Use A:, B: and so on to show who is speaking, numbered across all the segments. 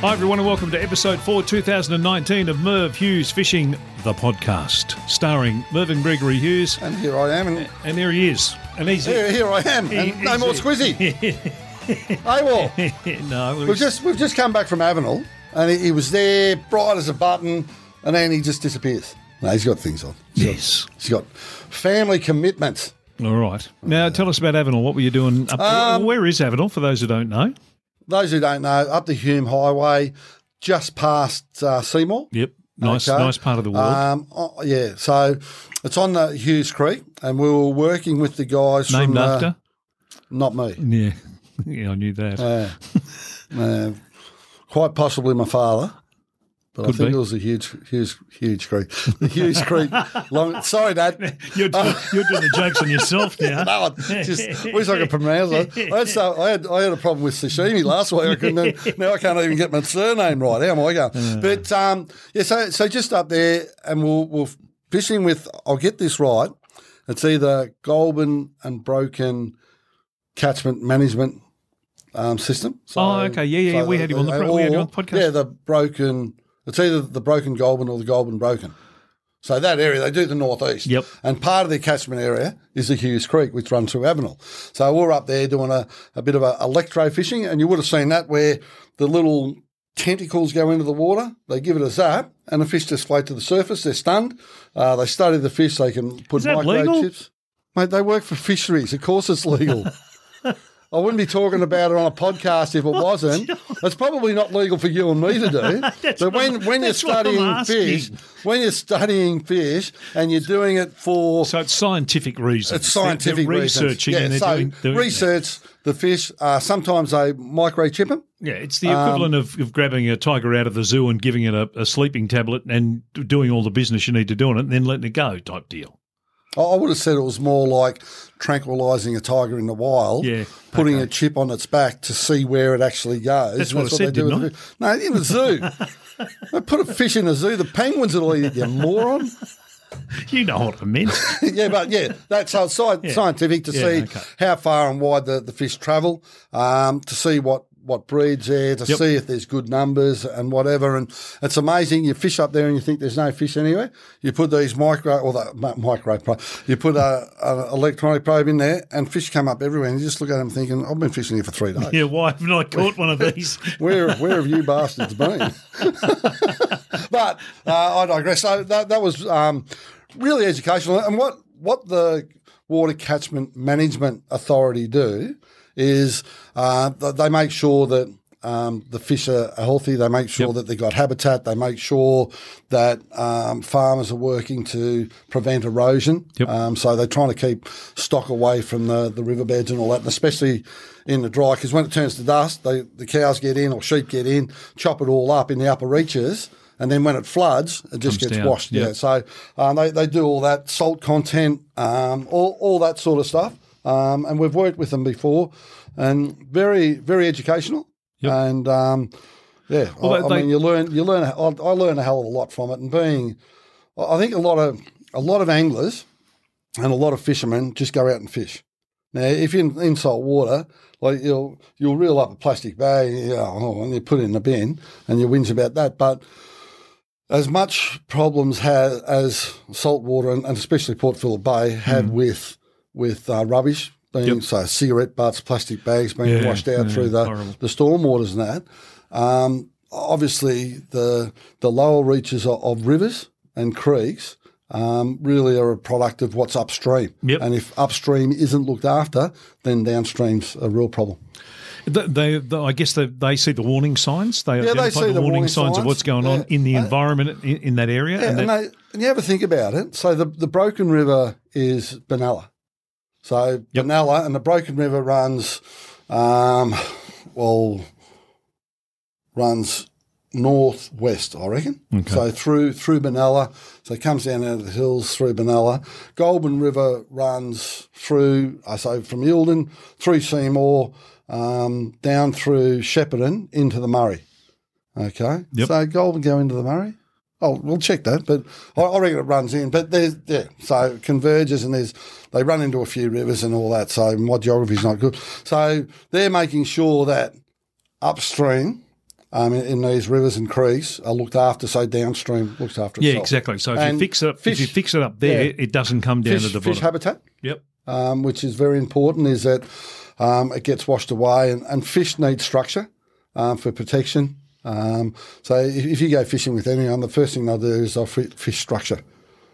A: Hi, everyone, and welcome to episode 4, 2019 of Merv Hughes Fishing, the podcast, starring Mervyn Gregory Hughes.
B: And here I am, and
A: And there he is. And he's
B: here, here I am, and no more Squizzy. AWOL.
A: no, well,
B: We've
A: he's-
B: just we've just come back from Avenel, and he, he was there, bright as a button, and then he just disappears. No, he's got things on.
A: Yes.
B: He's got family commitments.
A: All right. Now, tell us about Avenel. What were you doing up
B: Um,
A: there? Where is Avenel, for those who don't know?
B: Those who don't know, up the Hume Highway, just past uh, Seymour.
A: Yep. Nice,
B: Okay.
A: nice part of the world.
B: Um, oh, yeah, so it's on the Hughes Creek, and we were working with the guys
A: Named
B: from uh,
A: after?
B: not me.
A: Yeah. yeah, I knew that.
B: Uh, quite possibly my father. But I
A: Could
B: think
A: be.
B: it was a huge, huge, huge creek. The huge creek. Long, sorry, Dad.
A: you're, doing,
B: uh,
A: you're doing the jokes on yourself now.
B: No, I just wish I could pronounce it. I had, so, I had I had a problem with sashimi last week. I couldn't. now I can't even get my surname right. How am I going? But um, yeah, so so just up there, and we'll we'll fishing with. I'll get this right. It's either Goulburn and Broken catchment management um, system. So,
A: Oh, okay. Yeah, yeah, yeah. We had you on the pro- we had you on the
B: or-
A: podcast.
B: Yeah, the Broken. It's either the Broken Goulburn or the Goulburn Broken. So that area, they do the northeast.
A: Yep.
B: And part of their catchment area is the Hughes Creek, which runs through Avenel. So we're up there doing a, a bit of a electro fishing, and you would have seen that where the little tentacles go into the water. They give it a zap, and the fish just float to the surface. They're stunned. Uh, they study the fish. They can put
A: Is that
B: microchips.
A: legal?
B: Mate, they work for fisheries. Of course, it's legal. I wouldn't be talking about it on a podcast if it wasn't. It's probably not legal for you and me to do. but when, when you're
A: that's what I'm
B: studying fish,
A: asking.
B: when you're studying fish and you're doing it for
A: So it's scientific reasons.
B: it's scientific
A: they're, they're
B: reasons.
A: researching
B: yeah,
A: and they're
B: so
A: doing, doing that.
B: research the fish. Uh, sometimes they microchip them.
A: Yeah, it's the equivalent of, of grabbing a tiger out of the zoo and giving it a, a sleeping tablet and doing all the business you need to do on it and then letting it go type deal.
B: I- I would have said it was more like tranquilizing a tiger in the wild,
A: Yeah,
B: putting a chip on its back to see where it actually goes.
A: That's what I said,
B: with
A: didn't
B: the- No, in the zoo. I put a fish in the zoo. The penguins will eat it, you moron.
A: You know what I meant.
B: yeah, but yeah, that's so it's sci- scientific to
A: Yeah,
B: see
A: okay.
B: how far and wide the, the fish travel, um, to see what, what breeds there, to see if there's good numbers and whatever. And it's amazing. You fish up there and you think there's no fish anywhere. You put these micro, or the mi- micro probe, you put a, a electronic probe in there and fish come up everywhere. And you just look at them thinking, I've been fishing here for three days.
A: yeah, why haven't I caught one of these?
B: Where, where have you bastards been? but uh, I digress. So that, that was um, really educational. And what, what the Water Catchment Management Authority do is uh, th- they make sure that um, the fish are are healthy. They make sure that they've got habitat. They make sure that um, farmers are working to prevent erosion. Um, so they're trying to keep stock away from the, the riverbeds and all that, and especially in the dry, because when it turns to dust, they, the cows get in or sheep get in, chop it all up in the upper reaches. And then when it floods, it just
A: Comes
B: gets
A: down,
B: washed.
A: yeah.
B: Yeah. So um, they, they do all that salt content, um, all, all that sort of stuff. Um, and we've worked with them before and very, very educational. And um, yeah, I,
A: they-
B: I
A: they-
B: mean, you learn, you learn, I, I learn a hell of a lot from it. And being, I I think a lot of, a lot of anglers and a lot of fishermen just go out and fish. Now, if you're in, in salt water, like you'll you'll reel up a plastic bag, you know, oh, and you put it in the bin, and you whinge about that. But as much problems ha- as salt water, and, and especially Port Phillip Bay, had
A: Mm.
B: with with uh, rubbish being so cigarette butts, plastic bags being
A: Yeah,
B: washed out
A: yeah,
B: through the
A: horrible.
B: the storm waters and that. Um, obviously, the the lower reaches of, of rivers and creeks um, really are a product of what's upstream.
A: Yep.
B: And if upstream isn't looked after, then downstream's a real problem.
A: They, they, they- I guess they, they see the warning signs. They
B: they
A: identify
B: see the
A: the warning,
B: warning
A: signs, of
B: signs.
A: what's going on
B: Yeah. Uh,
A: in the environment in, in that area.
B: Yeah,
A: and
B: and,
A: that-
B: they, and you ever think about it? So the, the Broken River is Benalla. So Benalla and the Broken River runs, um, well, runs northwest, I reckon. So through through Benalla, so it comes down out of the hills through Benalla. Goulburn River runs through, I say, from Eildon through Seymour, um, down through Shepparton into the Murray. Okay,
A: Yep.
B: so Goulburn go into the Murray. Oh, we'll check that, but I, I reckon it runs in. But there's yeah, so it converges and there's they run into a few rivers and all that. So my geography's not good. So they're making sure that upstream um, in, in these rivers and creeks are looked after, so downstream looks after
A: Yeah,
B: itself.
A: exactly. So if
B: And
A: you fix it, if
B: fish-
A: you fix it up there,
B: yeah.
A: it doesn't come down
B: Fish,
A: to the
B: fish
A: bottom.
B: habitat,
A: yep.
B: um, which is very important, is that um, it gets washed away, and, and fish need structure um, for protection. Um, so if, if you go fishing with anyone, the first thing they'll do is they'll fi- fish structure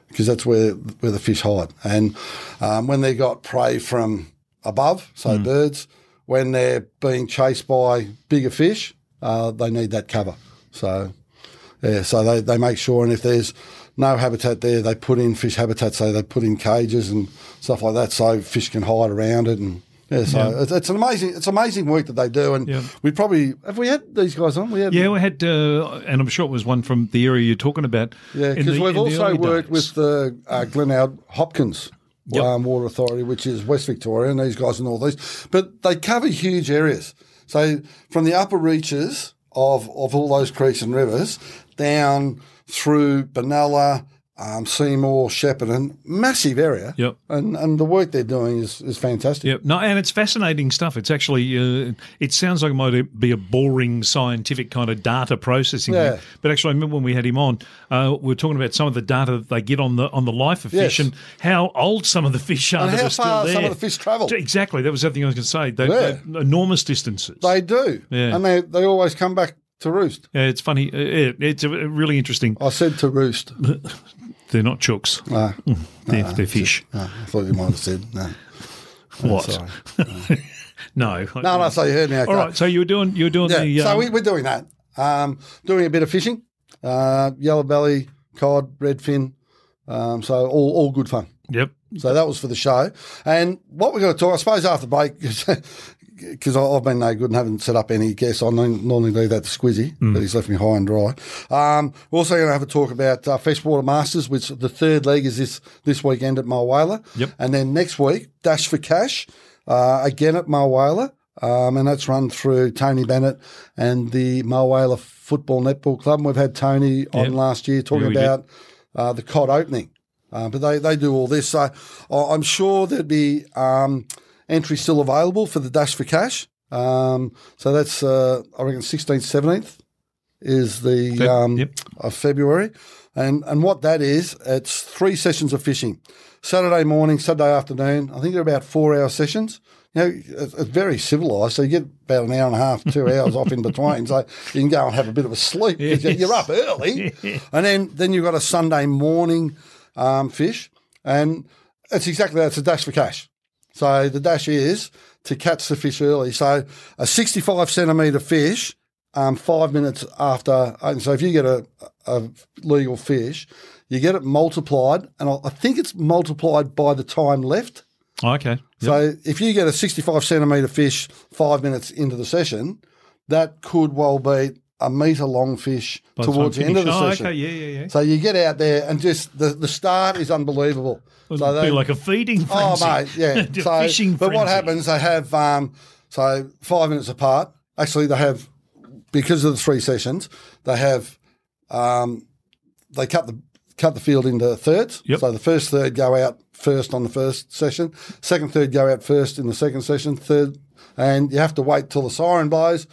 B: because that's where where the fish hide. And um, when they got prey from above, so
A: Hmm.
B: birds, when they're being chased by bigger fish, uh, they need that cover. So yeah, so they, they make sure, and if there's no habitat there, they put in fish habitat, so they put in cages and stuff like that, so fish can hide around it. And yeah, so It's, it's an amazing it's amazing work that they do. And
A: Yeah.
B: we probably have we had these guys on. We had
A: Yeah, we had, uh, and I'm sure it was one from the area you're talking about.
B: Yeah,
A: in
B: because
A: the- in
B: we've
A: the
B: also
A: early
B: worked
A: days.
B: with the uh, Glenelg Hopkins um, Water Authority, which is West Victoria, and these guys in all these. But they cover huge areas. So from the upper reaches of, of all those creeks and rivers down through Benalla, um, Seymour, Shepparton, massive area.
A: Yep.
B: And and the work they're doing is, is fantastic.
A: Yep. No, and it's fascinating stuff. It's actually, uh, it sounds like it might be a boring scientific kind of data processing, thing.
B: Yeah.
A: but actually, I remember when we had him on, uh, we were talking about some of the data that they get on the on the life of
B: Yes.
A: fish and how old some of the fish are
B: And
A: that
B: how
A: are still
B: far
A: there.
B: some of the fish travel.
A: Exactly. That was the other thing I was going to say. They,
B: Yeah.
A: they- enormous distances.
B: They do.
A: Yeah.
B: And they, they always come back to roost.
A: yeah, it's funny. Uh, yeah, it's a, really interesting.
B: I said to roost.
A: They're not chooks. Mm.
B: No,
A: They're, they're fish.
B: no, I thought you might have said no.
A: what?
B: sorry.
A: no.
B: No, no, so you heard me. Okay.
A: All right. So you were doing you were doing
B: Yeah,
A: the um,
B: so we, we're doing that. Um, doing a bit of fishing, uh, yellow belly, cod, redfin. Um, so all, all good fun.
A: yep.
B: So that was for the show. And what we're going to talk, I suppose, after break, because I've been no good and haven't set up any guests. I nor- normally leave that to Squizzy,
A: Mm.
B: but he's left me high and dry. Um, we're also going to have a talk about uh, Freshwater Masters, which the third leg is this this weekend at Mulwala.
A: Yep.
B: And then next week, Dash for Cash, uh, again at Mulwala. Um, and that's run through Tony Bennett and the Mulwala Football Netball Club. And we've had Tony on
A: Yep.
B: last year talking
A: Yeah, we did.
B: about uh, the cod opening. Uh, but they, they do all this. So I- I'm sure there'd be um, entry still available for the Dash for Cash. Um, so that's, uh, I reckon, 16th, 17th is the
A: Feb-
B: um,
A: yep.
B: of February. And, and what that is, it's three sessions of fishing Saturday morning, Saturday afternoon. I think they're about four hour sessions. You know, it's it's very civilised. So you get about an hour and a half, two hours off in between. So you can go and have a bit of a sleep. 'cause you're- You're up early. And then, then you've got a Sunday morning um, fish. And it's exactly that. It's a dash for cash. So the dash is to catch the fish early. So a 65 centimetre fish, um, five minutes after. and So if you get a, a legal fish, you get it multiplied. And I I think it's multiplied by the time left.
A: Oh, okay.
B: So if you get a 65 centimetre fish five minutes into the session, that could well be a metre long fish
A: By time
B: towards the end of
A: finished.
B: the
A: oh,
B: session.
A: Okay, yeah, yeah, yeah.
B: So you get out there and just the, the start is unbelievable. So
A: It'd
B: they-
A: be like a feeding
B: Oh
A: frenzy.
B: mate, yeah.
A: The
B: so,
A: fishing
B: but what
A: frenzy.
B: happens? They have um, so five minutes apart. Actually, they have because of the three sessions. They have um, they cut the cut the field into thirds.
A: Yep.
B: So the first third go out first on the first session. Second third go out first in the second session. Third, and you have to wait till the siren blows,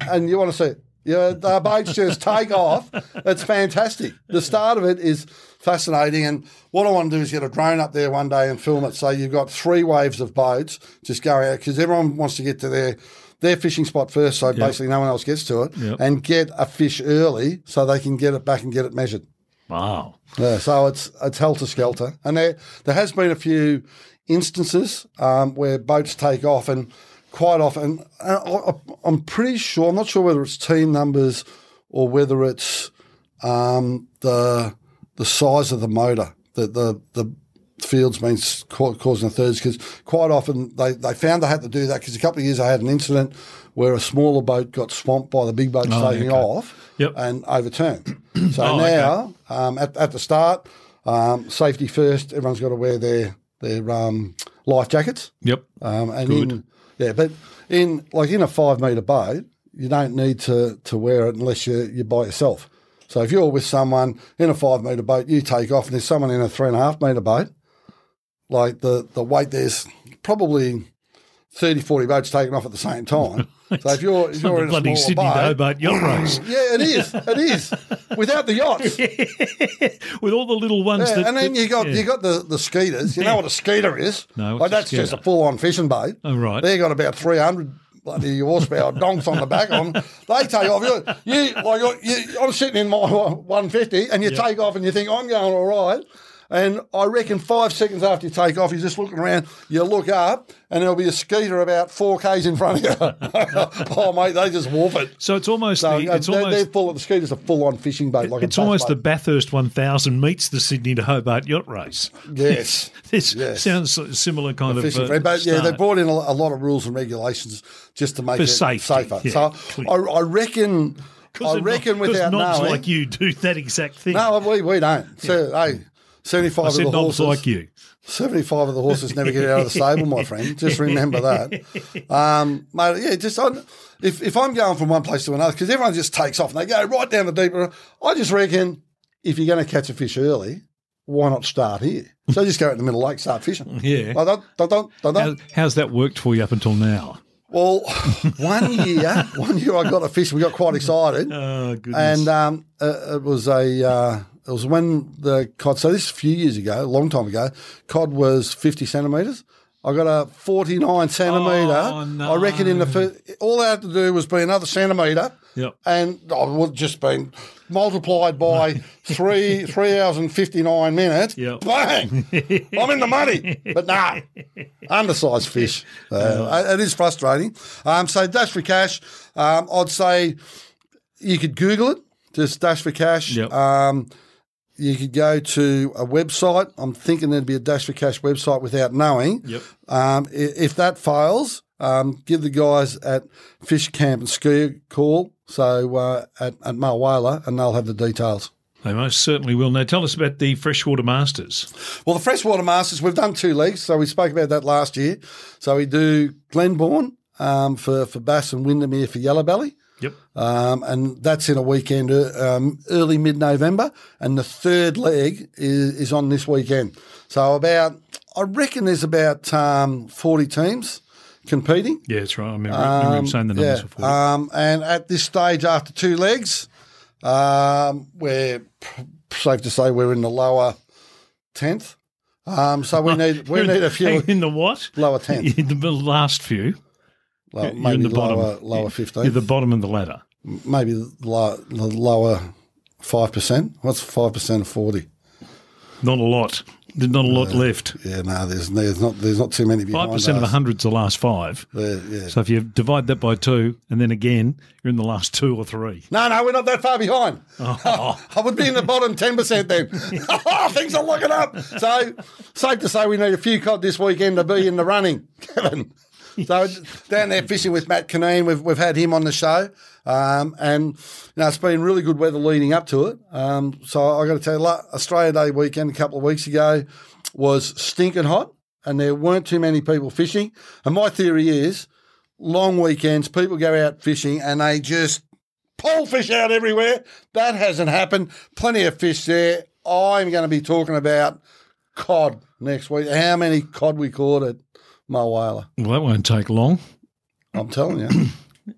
B: and you want to see. Yeah, the boats just take off. It's fantastic. The start of it is fascinating, and what I want to do is get a drone up there one day and film it. So you've got three waves of boats just going out because everyone wants to get to their their fishing spot first, so basically no one else gets to it,
A: Yep.
B: and get a fish early so they can get it back and get it measured.
A: Wow.
B: Yeah, so it's it's helter skelter, and there there has been a few instances um, where boats take off, and quite often, and I, I- I'm pretty sure I'm not sure whether it's team numbers or whether it's um, the the size of the motor that the the field's been s- ca- causing the thirds because quite often they, they found they had to do that because a couple of years I had an incident where a smaller boat got swamped by the big boat taking
A: Oh, okay.
B: off
A: Yep.
B: and overturned. So
A: Oh, okay.
B: now um, at, at the start, um, safety first. Everyone's got to wear their their um, life jackets.
A: Yep.
B: Um, and in, yeah, but in like in a five meter boat, you don't need to to wear it unless you you're by yourself. So if you're with someone in a five meter boat, you take off, and there's someone in a three and a half meter boat. Like the the weight there's probably 30, 40 boats taken off at the same time. So if you're if you're
A: the
B: in a
A: bloody
B: smaller
A: Sydney
B: boat,
A: to Hobart yacht race
B: yeah, it is, it is. Without the yachts, yeah,
A: with all the little ones that.
B: and then
A: that-
B: you got
A: yeah.
B: you got the the skeeters. You know what a skeeter is?
A: No,
B: Like,
A: what's a
B: that's just a
A: skeeter?
B: full on fishing boat.
A: Oh, right.
B: they got about three hundred. Bloody horsepower donks on the back on. They take off. You, you like you, I'm sitting in my 150, and you take off, and you think I'm going all right. And I reckon five seconds after you take off, you're just looking around. You look up, and there'll be a skeeter about four k's in front of you. oh mate, they just wharf it.
A: so it's almost
B: So
A: the,
B: no,
A: it's
B: they're,
A: almost
B: they're full of the skeeters are full on fishing boat. Like
A: it's
B: a bass
A: almost the
B: boat.
A: Bathurst 1000 meets the Sydney to Hobart yacht race.
B: yes.
A: This
B: Yes.
A: sounds a similar kind of.
B: Fishing
A: uh,
B: frame. But yeah, they
A: start.
B: brought in a, a lot of rules and regulations just to make it
A: safety,
B: safer.
A: yeah,
B: so
A: clear.
B: I, I reckon,
A: 'Cause
B: I
A: they're not-
B: reckon
A: 'cause
B: without
A: knobs
B: knowing,
A: like you do that exact thing.
B: no, we, we don't. So, hey, seventy-five
A: I
B: of
A: said
B: the
A: knobs
B: horses,
A: like you.
B: seventy-five of the horses never get out of the stable, my friend. Just remember that, um, mate. Yeah, just I, if if I'm going from one place to another, because everyone just takes off and they go right down the deep. end, I just reckon if you're going to catch a fish early, why not start here? So just go out in the middle of the lake, start fishing.
A: Yeah.
B: Like, dun, dun, dun, dun, dun.
A: How, how's that worked for you up until now?
B: Well, one year, one year I got a fish. We got quite excited,
A: Oh, goodness.
B: Uh, and um, uh, it was a uh, it was when the cod. So this is a few years ago, a long time ago, cod was fifty centimeters. I got a forty nine centimeter.
A: Oh, no.
B: I reckon in the first, all I had to do was be another centimeter.
A: Yep.
B: And I would have just been multiplied by three three hours and fifty nine minutes.
A: Yep.
B: Bang! I'm in the money. But nah, undersized fish. Uh, it is frustrating. Um, so dash for cash, um, I'd say you could Google it. Just dash for cash.
A: Yep.
B: Um, you could go to a website. I'm thinking there'd be a dash for cash website without knowing.
A: Yep.
B: Um, i- if that fails, um, give the guys at Fish Camp and Ski a call. So uh, at, at Marwala, and they'll have the details.
A: They most certainly will. Now, tell us about the Freshwater Masters.
B: Well, the Freshwater Masters, we've done two leagues, so we spoke about that last year. So we do Glenbourne um, for, for bass and Windermere for yellow belly.
A: Yep.
B: Um, and that's in a weekend, uh, um, early mid November. And the third leg is, is on this weekend. So, about, I reckon there's about um, 40 teams competing.
A: Yeah, that's right. I remember, I remember him saying the numbers before.
B: Um, and at this stage, after two legs, um, we're p- safe to say we're in the lower 10th. Um, so we need we need a few
A: Hang in the what?
B: lower 10th,
A: In the last few,
B: lower,
A: you're in
B: Oh, maybe
A: the bottom.
B: lower, lower
A: you're the
B: 15th,
A: bottom of the ladder.
B: maybe the lower, the lower 5%. What's 5% of 40?
A: Not a lot. There's not a lot left.
B: Yeah, no, there's there's not there's not too many behind
A: Five percent of a
B: us.
A: hundred's the last five.
B: There, yeah.
A: So if you divide that by two, and then again, you're in the last two or three.
B: No, no, we're not that far behind.
A: Oh,
B: I would be in the bottom 10% then. Oh, Things are looking up. So, safe to say we need a few cod this weekend to be in the running, Kevin. So, down there fishing with Matt Caneen, we've, we've had him on the show. Um, and you know, it's been really good weather leading up to it. Um, so, i got to tell you, la- Australia Day weekend a couple of weeks ago was stinking hot, and there weren't too many people fishing. And my theory is long weekends, people go out fishing and they just pole fish out everywhere. That hasn't happened. Plenty of fish there. I'm going to be talking about cod next week. How many cod we caught at Mulwala?
A: Well, that won't take long.
B: I'm telling you,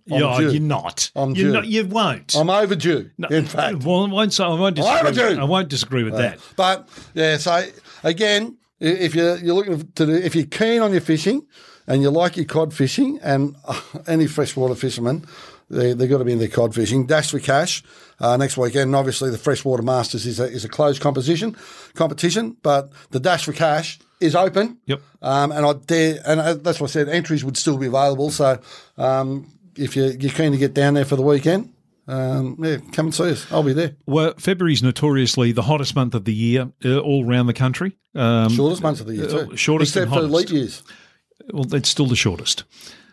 A: yeah,
B: due.
A: you're not.
B: I'm
A: you're
B: due.
A: not. You won't.
B: I'm overdue.
A: No.
B: In fact,
A: well, I won't. Say, I won't
B: I'm
A: disagree.
B: overdue.
A: I won't disagree with that.
B: But yeah, so again, i- if you're you're looking to do, if you're keen on your fishing and you like your cod fishing, and uh, any freshwater fisherman, they they got to be in their cod fishing. Dash for cash uh, next weekend. And obviously, the freshwater masters is a, is a closed composition competition, but the dash for cash is open.
A: Yep.
B: Um, and I dare, and uh, that's what I said. Entries would still be available. So um, if you you're keen to get down there for the weekend. Um, yeah, come and see us. I'll be there.
A: Well, February's notoriously the hottest month of the year, uh, all round the country. Um,
B: Shortest month of the year, too.
A: shortest
B: Except
A: and
B: for
A: hottest.
B: leap years.
A: Well, it's still the shortest.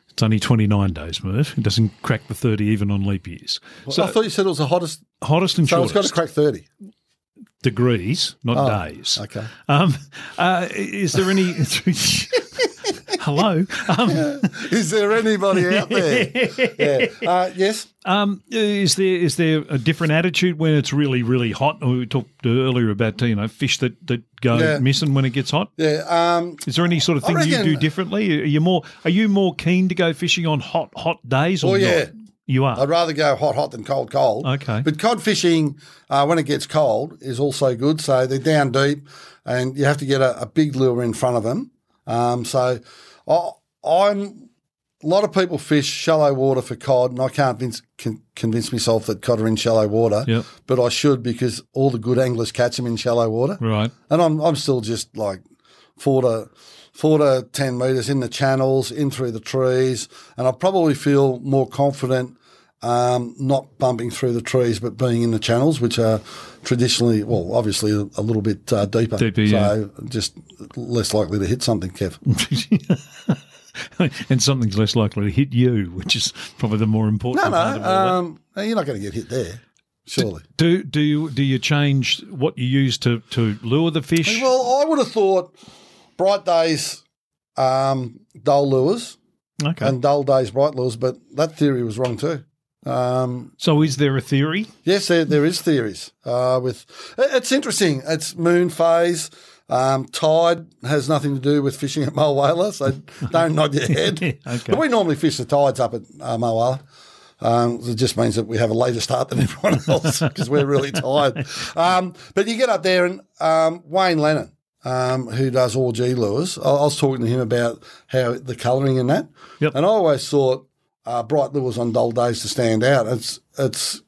A: It's only 29 days, Murph. It doesn't crack the 30 even on leap years. So
B: I thought you said it was the hottest.
A: hottest and
B: So it's
A: shortest
B: got to crack 30.
A: degrees, not days.
B: Okay.
A: Um, uh, is there any? Hello. Um,
B: Is there anybody out there? yeah. Uh, yes.
A: um, is there is there a different attitude when it's really really hot? We talked earlier about you know fish that that go
B: Yeah.
A: missing when it gets hot.
B: Yeah. Um,
A: Is there any sort of thing you
B: reckon-
A: do differently? Are you more are you more keen to go fishing on hot hot days? Or
B: Oh, yeah.
A: not? you are.
B: I'd rather go hot, hot than cold, cold.
A: Ah. Okay.
B: But cod fishing, uh, when it gets cold, is also good. So they're down deep, and you have to get a, a big lure in front of them. Um, so I, I'm a lot of people fish shallow water for cod, and I can't vince, con- convince myself that cod are in shallow water.
A: Yep.
B: But I should because all the good anglers catch them in shallow water
A: Right.
B: and I'm I'm still just like four to four to ten meters in the channels, in through the trees, and I probably feel more confident um, not bumping through the trees, but being in the channels, which are traditionally, well, obviously a, a little bit uh, deeper,
A: Deeper, Mm.
B: so just less likely to hit something, Kev.
A: and something's less likely to hit you, which is probably the more important
B: No,
A: part
B: no,
A: of all eh? that.
B: um, no, you're not going to get hit there, surely.
A: Do do you do you change what you use to to lure the fish?
B: Well, I would have thought bright days, um, dull lures,
A: Okay.
B: and dull days, bright lures, but that theory was wrong too. Um,
A: so is there a theory?
B: Yes, there, there is theories. Uh, with it- it's interesting. It's moon phase. Um, tide has nothing to do with fishing at Mulwala, so don't nod your head.
A: Okay.
B: But we normally fish the tides up at uh, Mulwala. Um, it just means that we have a later start than everyone else because we're really tired. Um, but you get up there and um, Wayne Lennon, um, who does all G lures, I, I was talking to him about how the colouring in that,
A: Yep.
B: and I always thought uh, bright lures on dull days to stand out. It's it's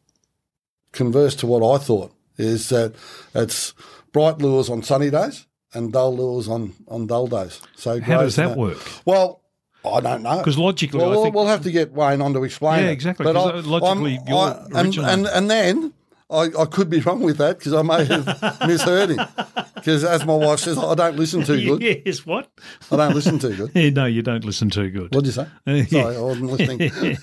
B: converse to what I thought is that it's bright lures on sunny days and dull lures on on dull days. So
A: How
B: great
A: does
B: in
A: that work?
B: Well, I don't know.
A: Because logically,
B: Well,
A: I
B: we'll,
A: think
B: we'll have to get Wayne on to explain
A: Yeah,
B: it.
A: exactly,
B: But
A: 'cause,
B: I-
A: uh, logically,
B: I'm-
A: you're
B: and,
A: originally-
B: and, and then I, I could be wrong with that because I may have misheard him. Because as my wife says, I don't listen too good.
A: yes. What?
B: I don't listen too good.
A: Yeah, no, you don't listen too good.
B: What did you say? Sorry, I wasn't listening.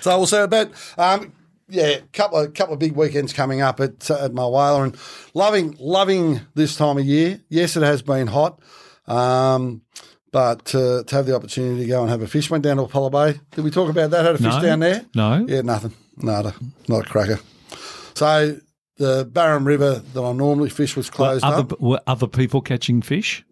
B: so we'll see about um, yeah, couple of couple of big weekends coming up at uh, at Mulwala and loving loving this time of year. Yes, it has been hot, um, but uh, to have the opportunity to go and have a fish went down to Apollo Bay. Did we talk about that? Had a fish
A: No.
B: down there?
A: No.
B: Yeah, nothing, nada, not a cracker. So the Barham River that I normally fish was closed
A: Other
B: up.
A: were other people catching fish?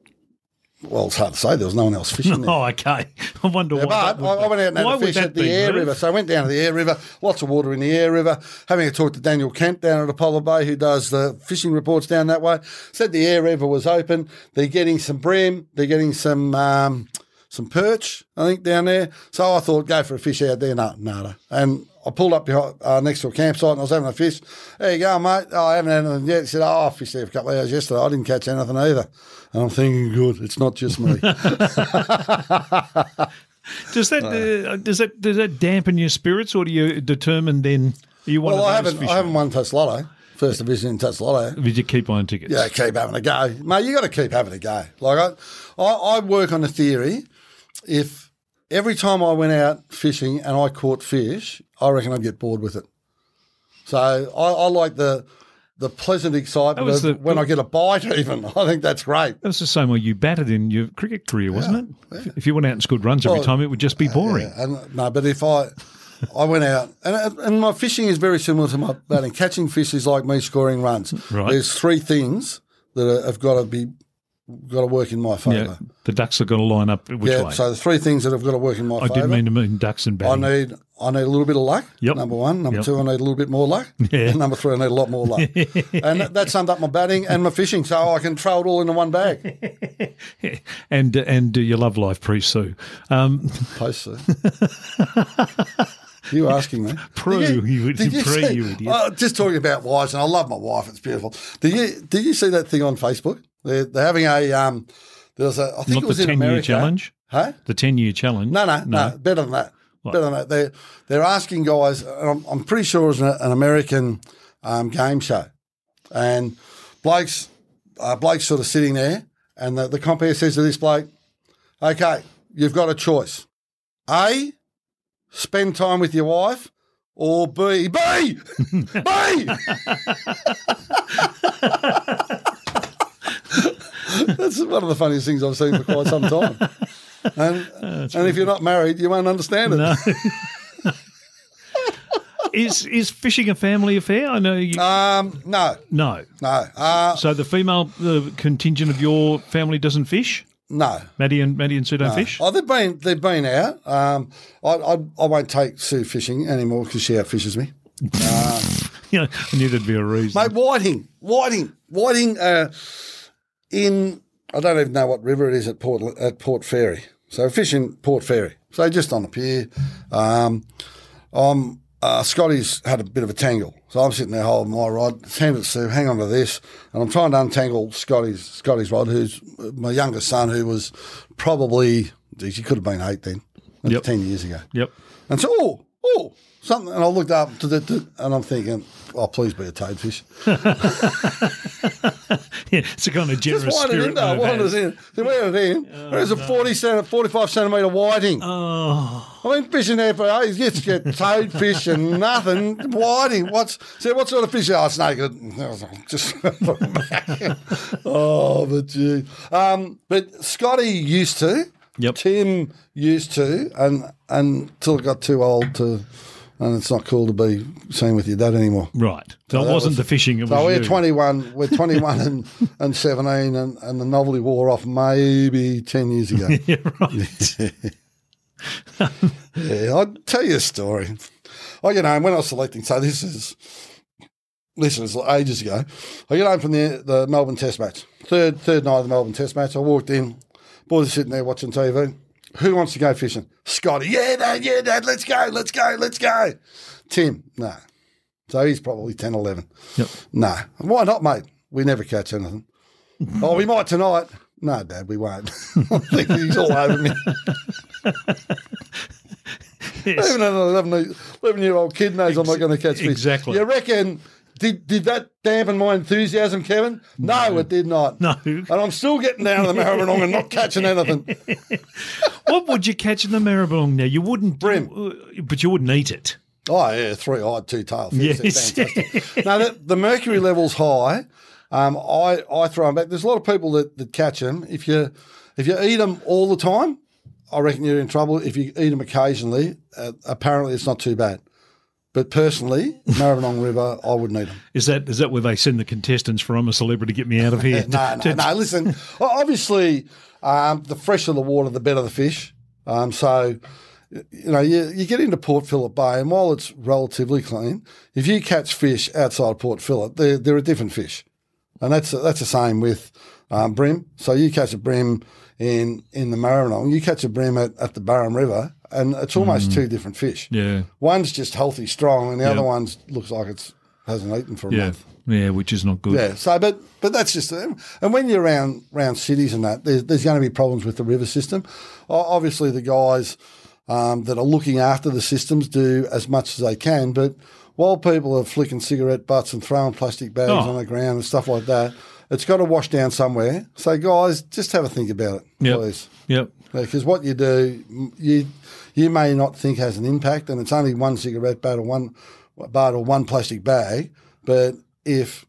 B: Well, it's hard to say. There was no one else fishing there.
A: Oh, okay. I wonder why.
B: But
A: that would
B: I, I
A: be.
B: went out and
A: Why
B: had a
A: would
B: fish
A: that
B: at the
A: be,
B: Air
A: Lou?
B: River. So I went down to the Air River, lots of water in the Air River. Having a talk to Daniel Kent down at Apollo Bay, who does the fishing reports down that way, said the Air River was open. They're getting some bream, they're getting some. Um, some perch, I think, down there. So I thought, go for a fish out there. No, nada. And I pulled up behind, uh, next to a campsite and I was having a fish. There you go, mate. Oh, I haven't had anything yet. He said, oh, I fished there for a couple of hours yesterday. I didn't catch anything either. And I'm thinking, good, it's not just me.
A: Does that uh, does that does that dampen your spirits, or do you determine then are you one
B: Well, I
A: of those
B: haven't. I
A: fishermen?
B: haven't won Taslotto, first division in Taslotto.
A: Did you keep buying tickets?
B: Yeah, keep having a go, mate. You got to keep having a go. Like I, I, I work on the theory. If every time I went out fishing and I caught fish, I reckon I'd get bored with it. So I, I like the the pleasant excitement
A: was
B: of
A: the-
B: when I get a bite. Even I think that's great.
A: That was the same way you batted in your cricket career, wasn't it? If you went out and scored runs every time, it would just be boring.
B: And no, but if I I went out and and my fishing is very similar to my batting. Catching fish is like me scoring runs.
A: Right.
B: There's three things that are- have got to be got to work in my
A: Yeah.
B: favour.
A: The ducks are going to line up which
B: Yeah.
A: way?
B: so the three things that have got to work in my
A: I
B: favour.
A: didn't mean to mean ducks and
B: I
A: batting.
B: need I need a little bit of luck.
A: Yep.
B: Number one. Number
A: Yep.
B: two, I need a little bit more luck.
A: Yeah.
B: And number three, I need a lot more luck. and that, that summed up my batting and my fishing, so I can throw it all into one bag.
A: and and uh, your love life, Pre Sue. Um,
B: Post, sir. you asking me?
A: Prue,
B: Did
A: you,
B: Did you
A: Prue,
B: see-
A: you idiot.
B: Oh, just talking about wives, and I love my wife. It's beautiful. Did you did you see that thing on Facebook? They're, they're having a um. There was a. I think
A: Not
B: it
A: the
B: was in
A: 10 year
B: America.
A: challenge.
B: Huh?
A: The 10 year challenge.
B: No, no, no, Better than that. Better than that. They're they're asking guys. and I'm, I'm pretty sure it was an, an American um, game show, and Blake's uh, Blake's sort of sitting there, and the, the compere says to this bloke, "Okay, you've got a choice: A, spend time with your wife, or B, B, B." That's one of the funniest things I've seen for quite some time. And, and if you're not married, you won't understand it.
A: No. is is fishing a family affair? I know you.
B: Um, no,
A: no.
B: no, uh,
A: So the female the contingent of your family doesn't fish.
B: no.
A: Maddie and Maddie and Sue don't fish.
B: Oh, they've been they've been out. Um, I, I I won't take Sue fishing anymore because she outfishes me.
A: yeah, I knew there'd be a reason.
B: Mate, whiting, whiting, whiting. Uh, in I don't even know what river it is at Port at Port Ferry. So fishing Port Ferry. So just on the pier. Um, um, uh, Scotty's had a bit of a tangle, so I'm sitting there holding my rod. It's handed to Sue. Hang on to this, and I'm trying to untangle Scotty's Scotty's rod, who's uh, my youngest son, who was probably geez, he could have been eight then, That's
A: Yep.
B: ten years ago.
A: Yep.
B: And so, oh, oh, something. And I looked up to the, to- and I'm thinking, oh, please be a toadfish.
A: Yeah, it's a kind of generous
B: Just wind it
A: spirit.
B: in there.
A: that
B: Wind
A: has.
B: it in. So wind it in. There's a 40 centi- 45 centimetre whiting.
A: Oh,
B: I've been fishing there for ages. You just get toadfish and nothing. Whiting. What's, see, what sort of fish? Oh, it's naked. Just, oh, but gee. Um, but Scotty used to.
A: Yep.
B: Tim used to, and and until it got too old to, and it's not cool to be seen with your dad anymore.
A: right. So it
B: that
A: wasn't
B: was-
A: the fishing. It
B: So
A: was
B: we're
A: you.
B: 21, we're 21 and, and 17, and, and the novelty wore off maybe 10 years ago.
A: Yeah, right.
B: yeah, I'll tell you a story. Oh, you know, and when I was selecting, so this is, this is ages ago. I get home from the, the Melbourne Test match, third, third night of the Melbourne Test match. I walked in, boys are sitting there watching TV. Who wants to go fishing? Scotty. Yeah, dad, yeah, dad, let's go, let's go, let's go. Tim, no. So he's probably 10, 11.
A: Yep.
B: No. Why not, mate? We never catch anything. oh, we might tonight. No, Dad, we won't. I think he's all over me.
A: Yes.
B: Even an 11, 11 year old kid knows I'm not going to catch fish.
A: exactly.
B: You reckon, did, did that dampen my enthusiasm, Kevin? No, it did not.
A: No.
B: And I'm still getting down to the Maribyrnong and not catching anything.
A: what would you catch in the Maribyrnong now? You wouldn't uh,
B: Brim.
A: but you wouldn't eat it.
B: Oh yeah, three eyed, two tailed. fish. They're
A: Yes.
B: fantastic. now the, the mercury level's high. Um, I I throw them back. There's a lot of people that, that catch them. If you if you eat them all the time, I reckon you're in trouble. If you eat them occasionally, uh, apparently it's not too bad. But personally, Maribyrnong River, I wouldn't eat them.
A: Is that is that where they send the contestants for I'm a celebrity, get me out of here?
B: No, no, no. Listen, o- obviously, um, the fresher the water, the better the fish. Um, so, y- you know, you, you get into Port Phillip Bay, and while it's relatively clean, if you catch fish outside Port Phillip, they're, they're a different fish. And that's that's the same with um, brim. So you catch a brim in in the Maribyrnong, you catch a brim at, at the Barham River, and it's almost two different fish.
A: Mm. Yeah.
B: One's just healthy, strong, and the other
A: Yeah.
B: one's looks like it's hasn't eaten for a
A: Yeah.
B: month.
A: Yeah, which is not good.
B: Yeah. So, but but that's just them. And when you're around around cities and that, there's, there's going to be problems with the river system. O- Obviously, the guys um, that are looking after the systems do as much as they can, but while people are flicking cigarette butts and throwing plastic bags
A: Oh.
B: on the ground and stuff like that, it's got to wash down somewhere. So, guys, just have a think about it,
A: Yep.
B: please.
A: Yep.
B: Because what you do, m- you you may not think has an impact, and it's only one cigarette butt or one butt or one plastic bag. But if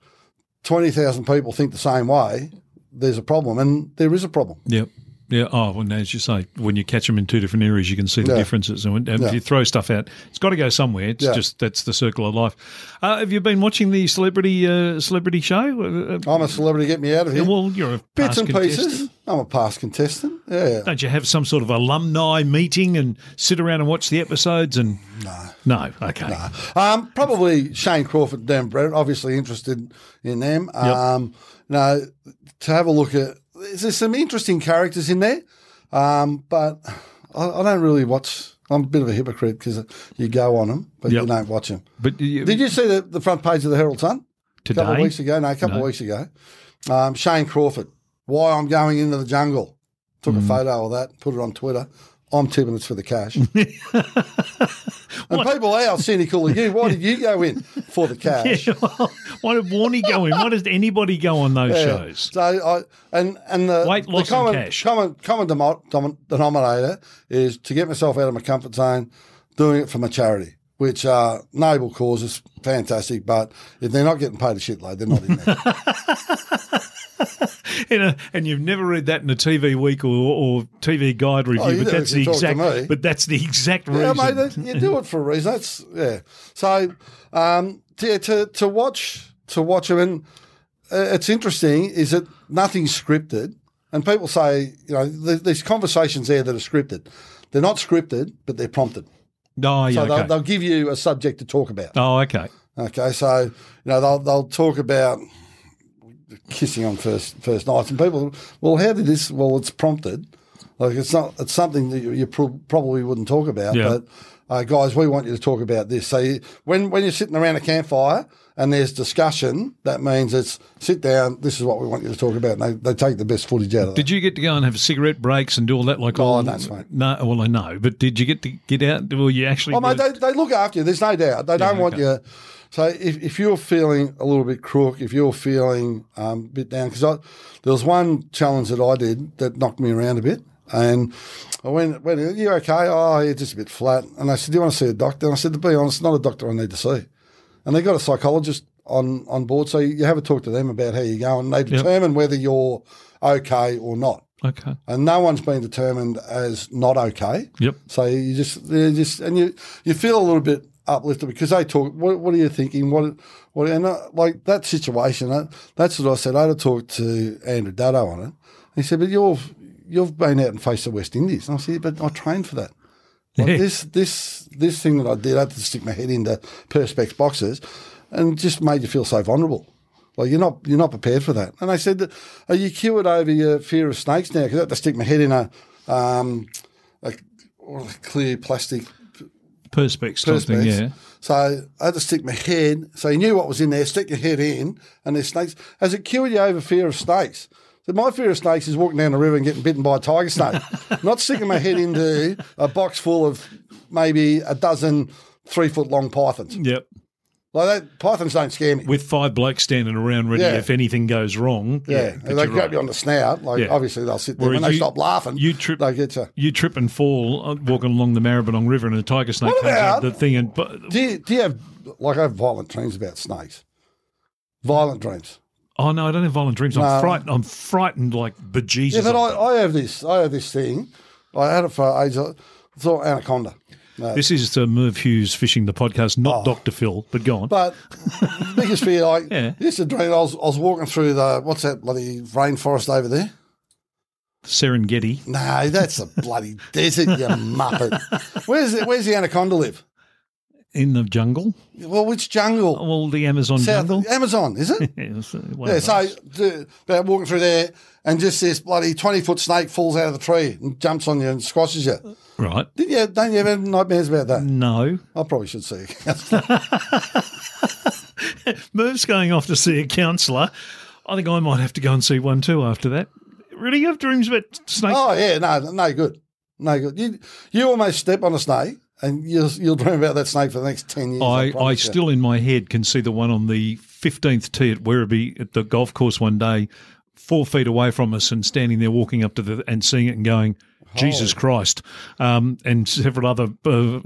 B: twenty thousand people think the same way, there's a problem, and there is a problem.
A: Yep. Yeah. Oh, well, as you say, when you catch them in two different areas, you can see the
B: Yeah.
A: differences. And, when, and
B: Yeah.
A: if you throw stuff out, it's got to go somewhere. It's
B: Yeah.
A: just that's the circle of life. Uh, have you been watching the celebrity uh, celebrity show? Uh, uh,
B: I'm a celebrity. Get me out of here.
A: well, you're a
B: Oh, Bits
A: past
B: and
A: contestant.
B: pieces. I'm a past contestant. Yeah.
A: Don't you have some sort of alumni meeting and sit around and watch the episodes? And no, no, okay,
B: Um, probably Shane Crawford and Dan Brett, obviously interested in them. Um, Now, to have a look at, there's some interesting characters in there, um, but I, I don't really watch. I'm a bit of a hypocrite because you go on them, but
A: Yep.
B: you don't watch them.
A: but you,
B: Did you see the, the front page of the Herald Sun? A couple of
A: today,
B: weeks ago, no, a couple of weeks ago. Um, Shane Crawford, Why I'm Going Into the Jungle. Took
A: Mm.
B: a photo of that, put it on Twitter. I'm tipping it's for the cash. and people are cynical of you. Why did you go in for the cash?
A: why did Warney go in? Why does anybody go on those shows?
B: So I and and the,
A: Weight
B: the
A: loss and
B: common,
A: cash.
B: common common demo- dom- denominator is to get myself out of my comfort zone, doing it for my charity, which are noble causes, fantastic. But if they're not getting paid a shitload, they're not in there.
A: in a, and you've never read that in a TV Week or, or TV Guide review,
B: Oh, you
A: but
B: do
A: that's
B: if
A: the
B: you talk to me.
A: exact. But that's the exact
B: Yeah,
A: reason.
B: mate, that- you do it for a reason. That's yeah. So, um, to, to to watch to watch them, and uh, it's interesting is that nothing's scripted, and people say you know th- these conversations there that are scripted, they're not scripted, but they're prompted.
A: oh, yeah,
B: So
A: okay.
B: they'll, they'll give you a subject to talk about.
A: oh, okay.
B: Okay, so you know they'll they'll talk about kissing on first first nights, and people, well, how did this? Well, it's prompted. Like it's not it's something that you, you pro- probably wouldn't talk about,
A: Yeah.
B: but. Uh, guys, we want you to talk about this. So you, when when you're sitting around a campfire and there's discussion, that means it's sit down. This is what we want you to talk about. And they, they take the best footage out of it.
A: Did you get to go and have cigarette breaks and do all that? Like,
B: No,
A: all,
B: I don't, mate.
A: No, well, I know, but did you get to get out? Well, you actually.
B: Oh, mate,
A: were-
B: they, they look after you. There's no doubt. They don't want
A: okay.
B: you. So if, if you're feeling a little bit crook, if you're feeling um, a bit down, because there was one challenge that I did that knocked me around a bit. And I went, went are you okay? Oh, you're just a bit flat. And I said, do you want to see a doctor? And I said, to be honest, not a doctor I need to see. And they got a psychologist on, on board. So you have a talk to them about how you're going. They determine whether you're okay or not.
A: Okay.
B: And no one's been determined as not okay.
A: Yep.
B: So you just, they're just, and you you feel a little bit uplifted because they talk. What, what are you thinking? What, what? And uh, like that situation, uh, that's what I said. I had a talk to Andrew Dado on it. He said, "But you've you've been out and faced the West Indies." And I said, "But I trained for that." Like
A: Yeah.
B: This this this thing that I did, I had to stick my head into perspex boxes, and just made you feel so vulnerable. Like you're not you're not prepared for that. And I said, "Are you cured over your fear of snakes now?" Because I had to stick my head in a um, a, a clear plastic
A: Perspex, something,
B: perspex.
A: yeah.
B: So I had to stick my head. So you knew what was in there. Stick your head in, and there's snakes. Has it cured you over fear of snakes? So my fear of snakes is walking down the river and getting bitten by a tiger snake, not sticking my head into a box full of maybe a dozen three foot long pythons.
A: Yep.
B: Like that, pythons don't scare me.
A: With five blokes standing around ready
B: Yeah.
A: if anything goes wrong.
B: Yeah,
A: but
B: And they
A: you're
B: grab
A: right.
B: you on the snout. Like
A: Yeah.
B: obviously they'll sit there
A: Whereas
B: when they
A: you-
B: stop laughing.
A: you trip-
B: They get you.
A: You trip and fall uh, walking along the Maribyrnong River, and a tiger snake
B: What
A: comes out
B: about-
A: the thing. And but
B: Do you, do you have like I have violent dreams about snakes? Violent dreams.
A: oh no, I don't have violent dreams. I'm
B: No.
A: frightened. I'm frightened like bejesus.
B: Yeah, but
A: of
B: I, I have this. I have this thing. I had it for ages. I thought anaconda. No.
A: This is uh, Merv Hughes fishing the podcast, not Dr. Phil, but go on.
B: Oh. But the biggest fear, like,
A: Yeah.
B: this is dream. I was, I was walking through the, what's that bloody rainforest over there?
A: Serengeti.
B: No, that's a bloody desert, you muppet. Where's the, where's the anaconda live?
A: In the jungle?
B: Well, which jungle?
A: Well, the Amazon
B: South
A: Oh, jungle?
B: Amazon, is it?
A: Yeah, so- one
B: Yeah,
A: of
B: so
A: those.
B: the- about walking through there, and just this bloody twenty foot snake falls out of the tree and jumps on you and squashes you.
A: Right.
B: Didn't you? Don't you ever have nightmares about that?
A: No.
B: I probably should see.
A: Merv's going off to see a counsellor. I think I might have to go and see one too after that. Really, you have dreams about snakes?
B: Oh yeah, no, no good, no good. You you almost step on a snake, and you'll you'll dream about that snake for the next ten years.
A: I, I
B: promise you.
A: still in my head can see the one on the 15th tee at Werribee at the golf course one day, four feet away from us, and standing there walking up to the and seeing it and going, Jesus Christ. Um, and several other uh,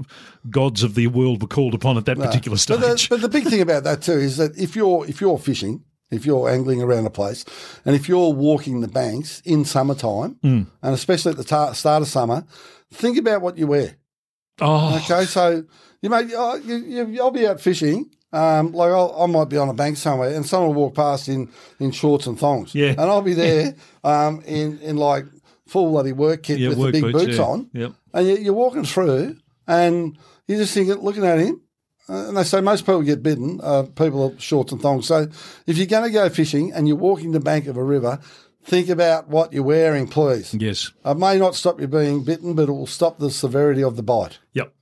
A: gods of the world were called upon at that particular
B: But the,
A: stage.
B: but the big thing about that too is that if you're if you're fishing, if you're angling around a place, and if you're walking the banks in summertime,
A: Mm.
B: and especially at the ta- start of summer, think about what you wear.
A: oh,
B: Okay, so you may oh, you, you, I'll be out fishing. Um, like I'll, I might be on a bank somewhere, and someone will walk past in, in shorts and thongs.
A: Yeah.
B: and I'll be there um, in in like full bloody work kit
A: yeah,
B: with the
A: work
B: big
A: boots,
B: boots
A: yeah.
B: on,
A: Yep.
B: and you, you're walking through, and you're just thinking, looking at him, uh, and they say most people get bitten. Uh, people are shorts and thongs. So if you're going to go fishing and you're walking the bank of a river, think about what you're wearing, please.
A: Yes.
B: It may not stop you being bitten, but it will stop the severity of the bite.
A: Yep.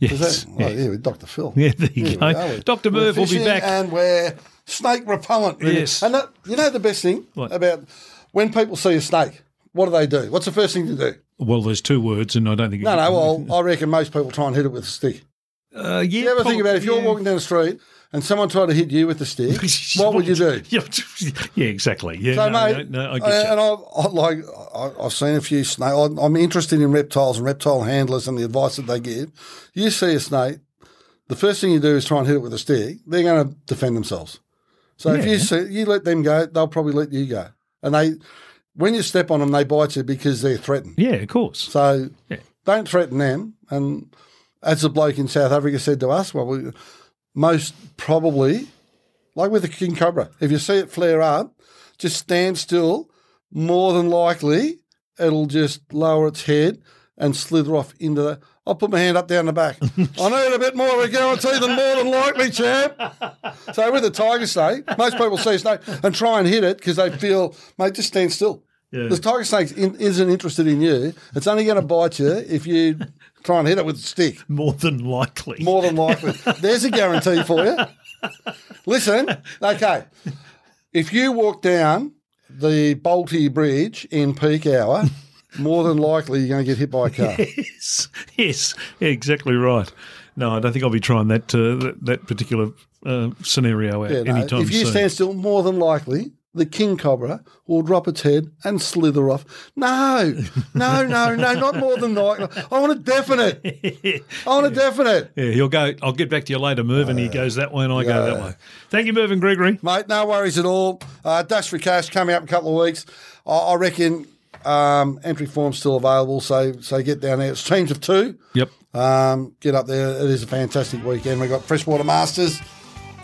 B: Is
A: Yes.
B: that,
A: yeah.
B: oh, yeah, with Dr. Phil.
A: Yeah, there you
B: we
A: go.
B: are.
A: Dr.
B: We're
A: Merv will be
B: fishing
A: back.
B: And we're snake repellent. really.
A: Yes.
B: And that, you know the best thing
A: What?
B: about when people see a snake, what do they do? What's the first thing to do?
A: well, there's two words, and I don't think.
B: No, no, well, I reckon most people try and hit it with a stick.
A: Uh, yeah,
B: You ever
A: probably-
B: think about if you're
A: yeah.
B: walking down the street and someone tried to hit you with a stick, what would you do?
A: Yeah, yeah, exactly. Yeah,
B: So,
A: no,
B: mate, uh,
A: no, no, I get you.
B: and I've, I, like, I, I've seen a few snake. I'm I'm interested in reptiles and reptile handlers and the advice that they give. You see a snake, the first thing you do is try and hit it with a stick. They're going to defend themselves. So if you
A: Yeah.
B: see, you let them go, they'll probably let you go. and they when you step on them, they bite you because they're threatened.
A: Yeah, of course.
B: So
A: Yeah.
B: don't threaten them. And as the bloke in South Africa said to us, well, we, most probably, like with the king cobra, if you see it flare up, just stand still. More than likely, it'll just lower its head and slither off into the. I'll put my hand up down the back. I need a bit more of a guarantee than more than likely, champ. So with the tiger snake, most people see a snake and try and hit it because they feel, mate, just stand still.
A: Yeah.
B: The tiger snake in, isn't interested in you. It's only going to bite you if you try and hit it with a stick.
A: More than likely.
B: More than likely, there's a guarantee for you. Listen, okay. If you walk down the Balti Bridge in peak hour, more than likely you're going to get hit by a car.
A: yes, yes, exactly right. No, I don't think I'll be trying that uh, that, that particular uh, scenario out
B: Yeah, no,
A: anytime
B: if you
A: soon.
B: stand still, more than likely the king cobra will drop its head and slither off. No, no, no, no, not more than likely. I want a definite. I want a definite.
A: yeah, he'll go. I'll get back to you later, Merv, and he
B: Uh,
A: goes that way, and I go that way. Thank you, Merv and Gregory.
B: mate. No worries at all. Uh, Dash for Cash coming up in a couple of weeks. I, I reckon um, entry form's still available, so so get down there. It's teams of two.
A: Yep.
B: Um, get up there. It is a fantastic weekend. We've got Freshwater Masters,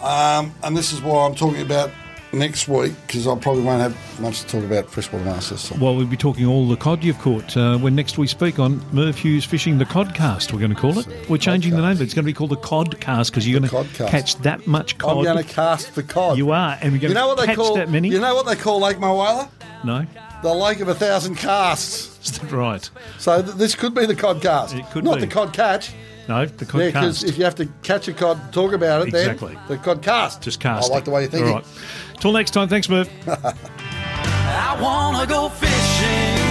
B: um, and this is why I'm talking about next week because I probably won't have much to talk about Freshwater Masters. So.
A: Well, we'll be talking all the cod you've caught uh, when next we speak on Merv Hughes Fishing the Codcast, we're going to call it. We're changing the name. of it. It's going to be called the Codcast because you're going to
B: Codcast.
A: catch that much
B: I'm
A: cod.
B: going to cast the cod.
A: Oh, You are, and we're going
B: You know
A: to
B: what they
A: catch
B: call
A: that many.
B: You know what they call Lake Moala?
A: no,
B: The Lake of a Thousand Casts.
A: is that right?
B: So th- this could be the cod cast.
A: It could
B: Not
A: be.
B: the cod catch.
A: No, the
B: Yeah, because
A: Codcast.
B: if you have to catch a cod, and talk about it,
A: Exactly.
B: then the cod cast.
A: Just cast.
B: I like
A: it.
B: the way you think.
A: All right. Till next time. Thanks, Merv.
C: I wanna go fishing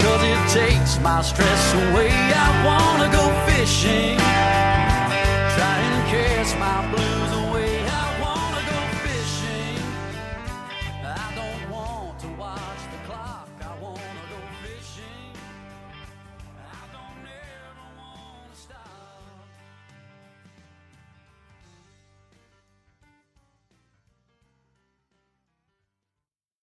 C: Cause it takes my stress away I wanna go fishing Try and catch my blues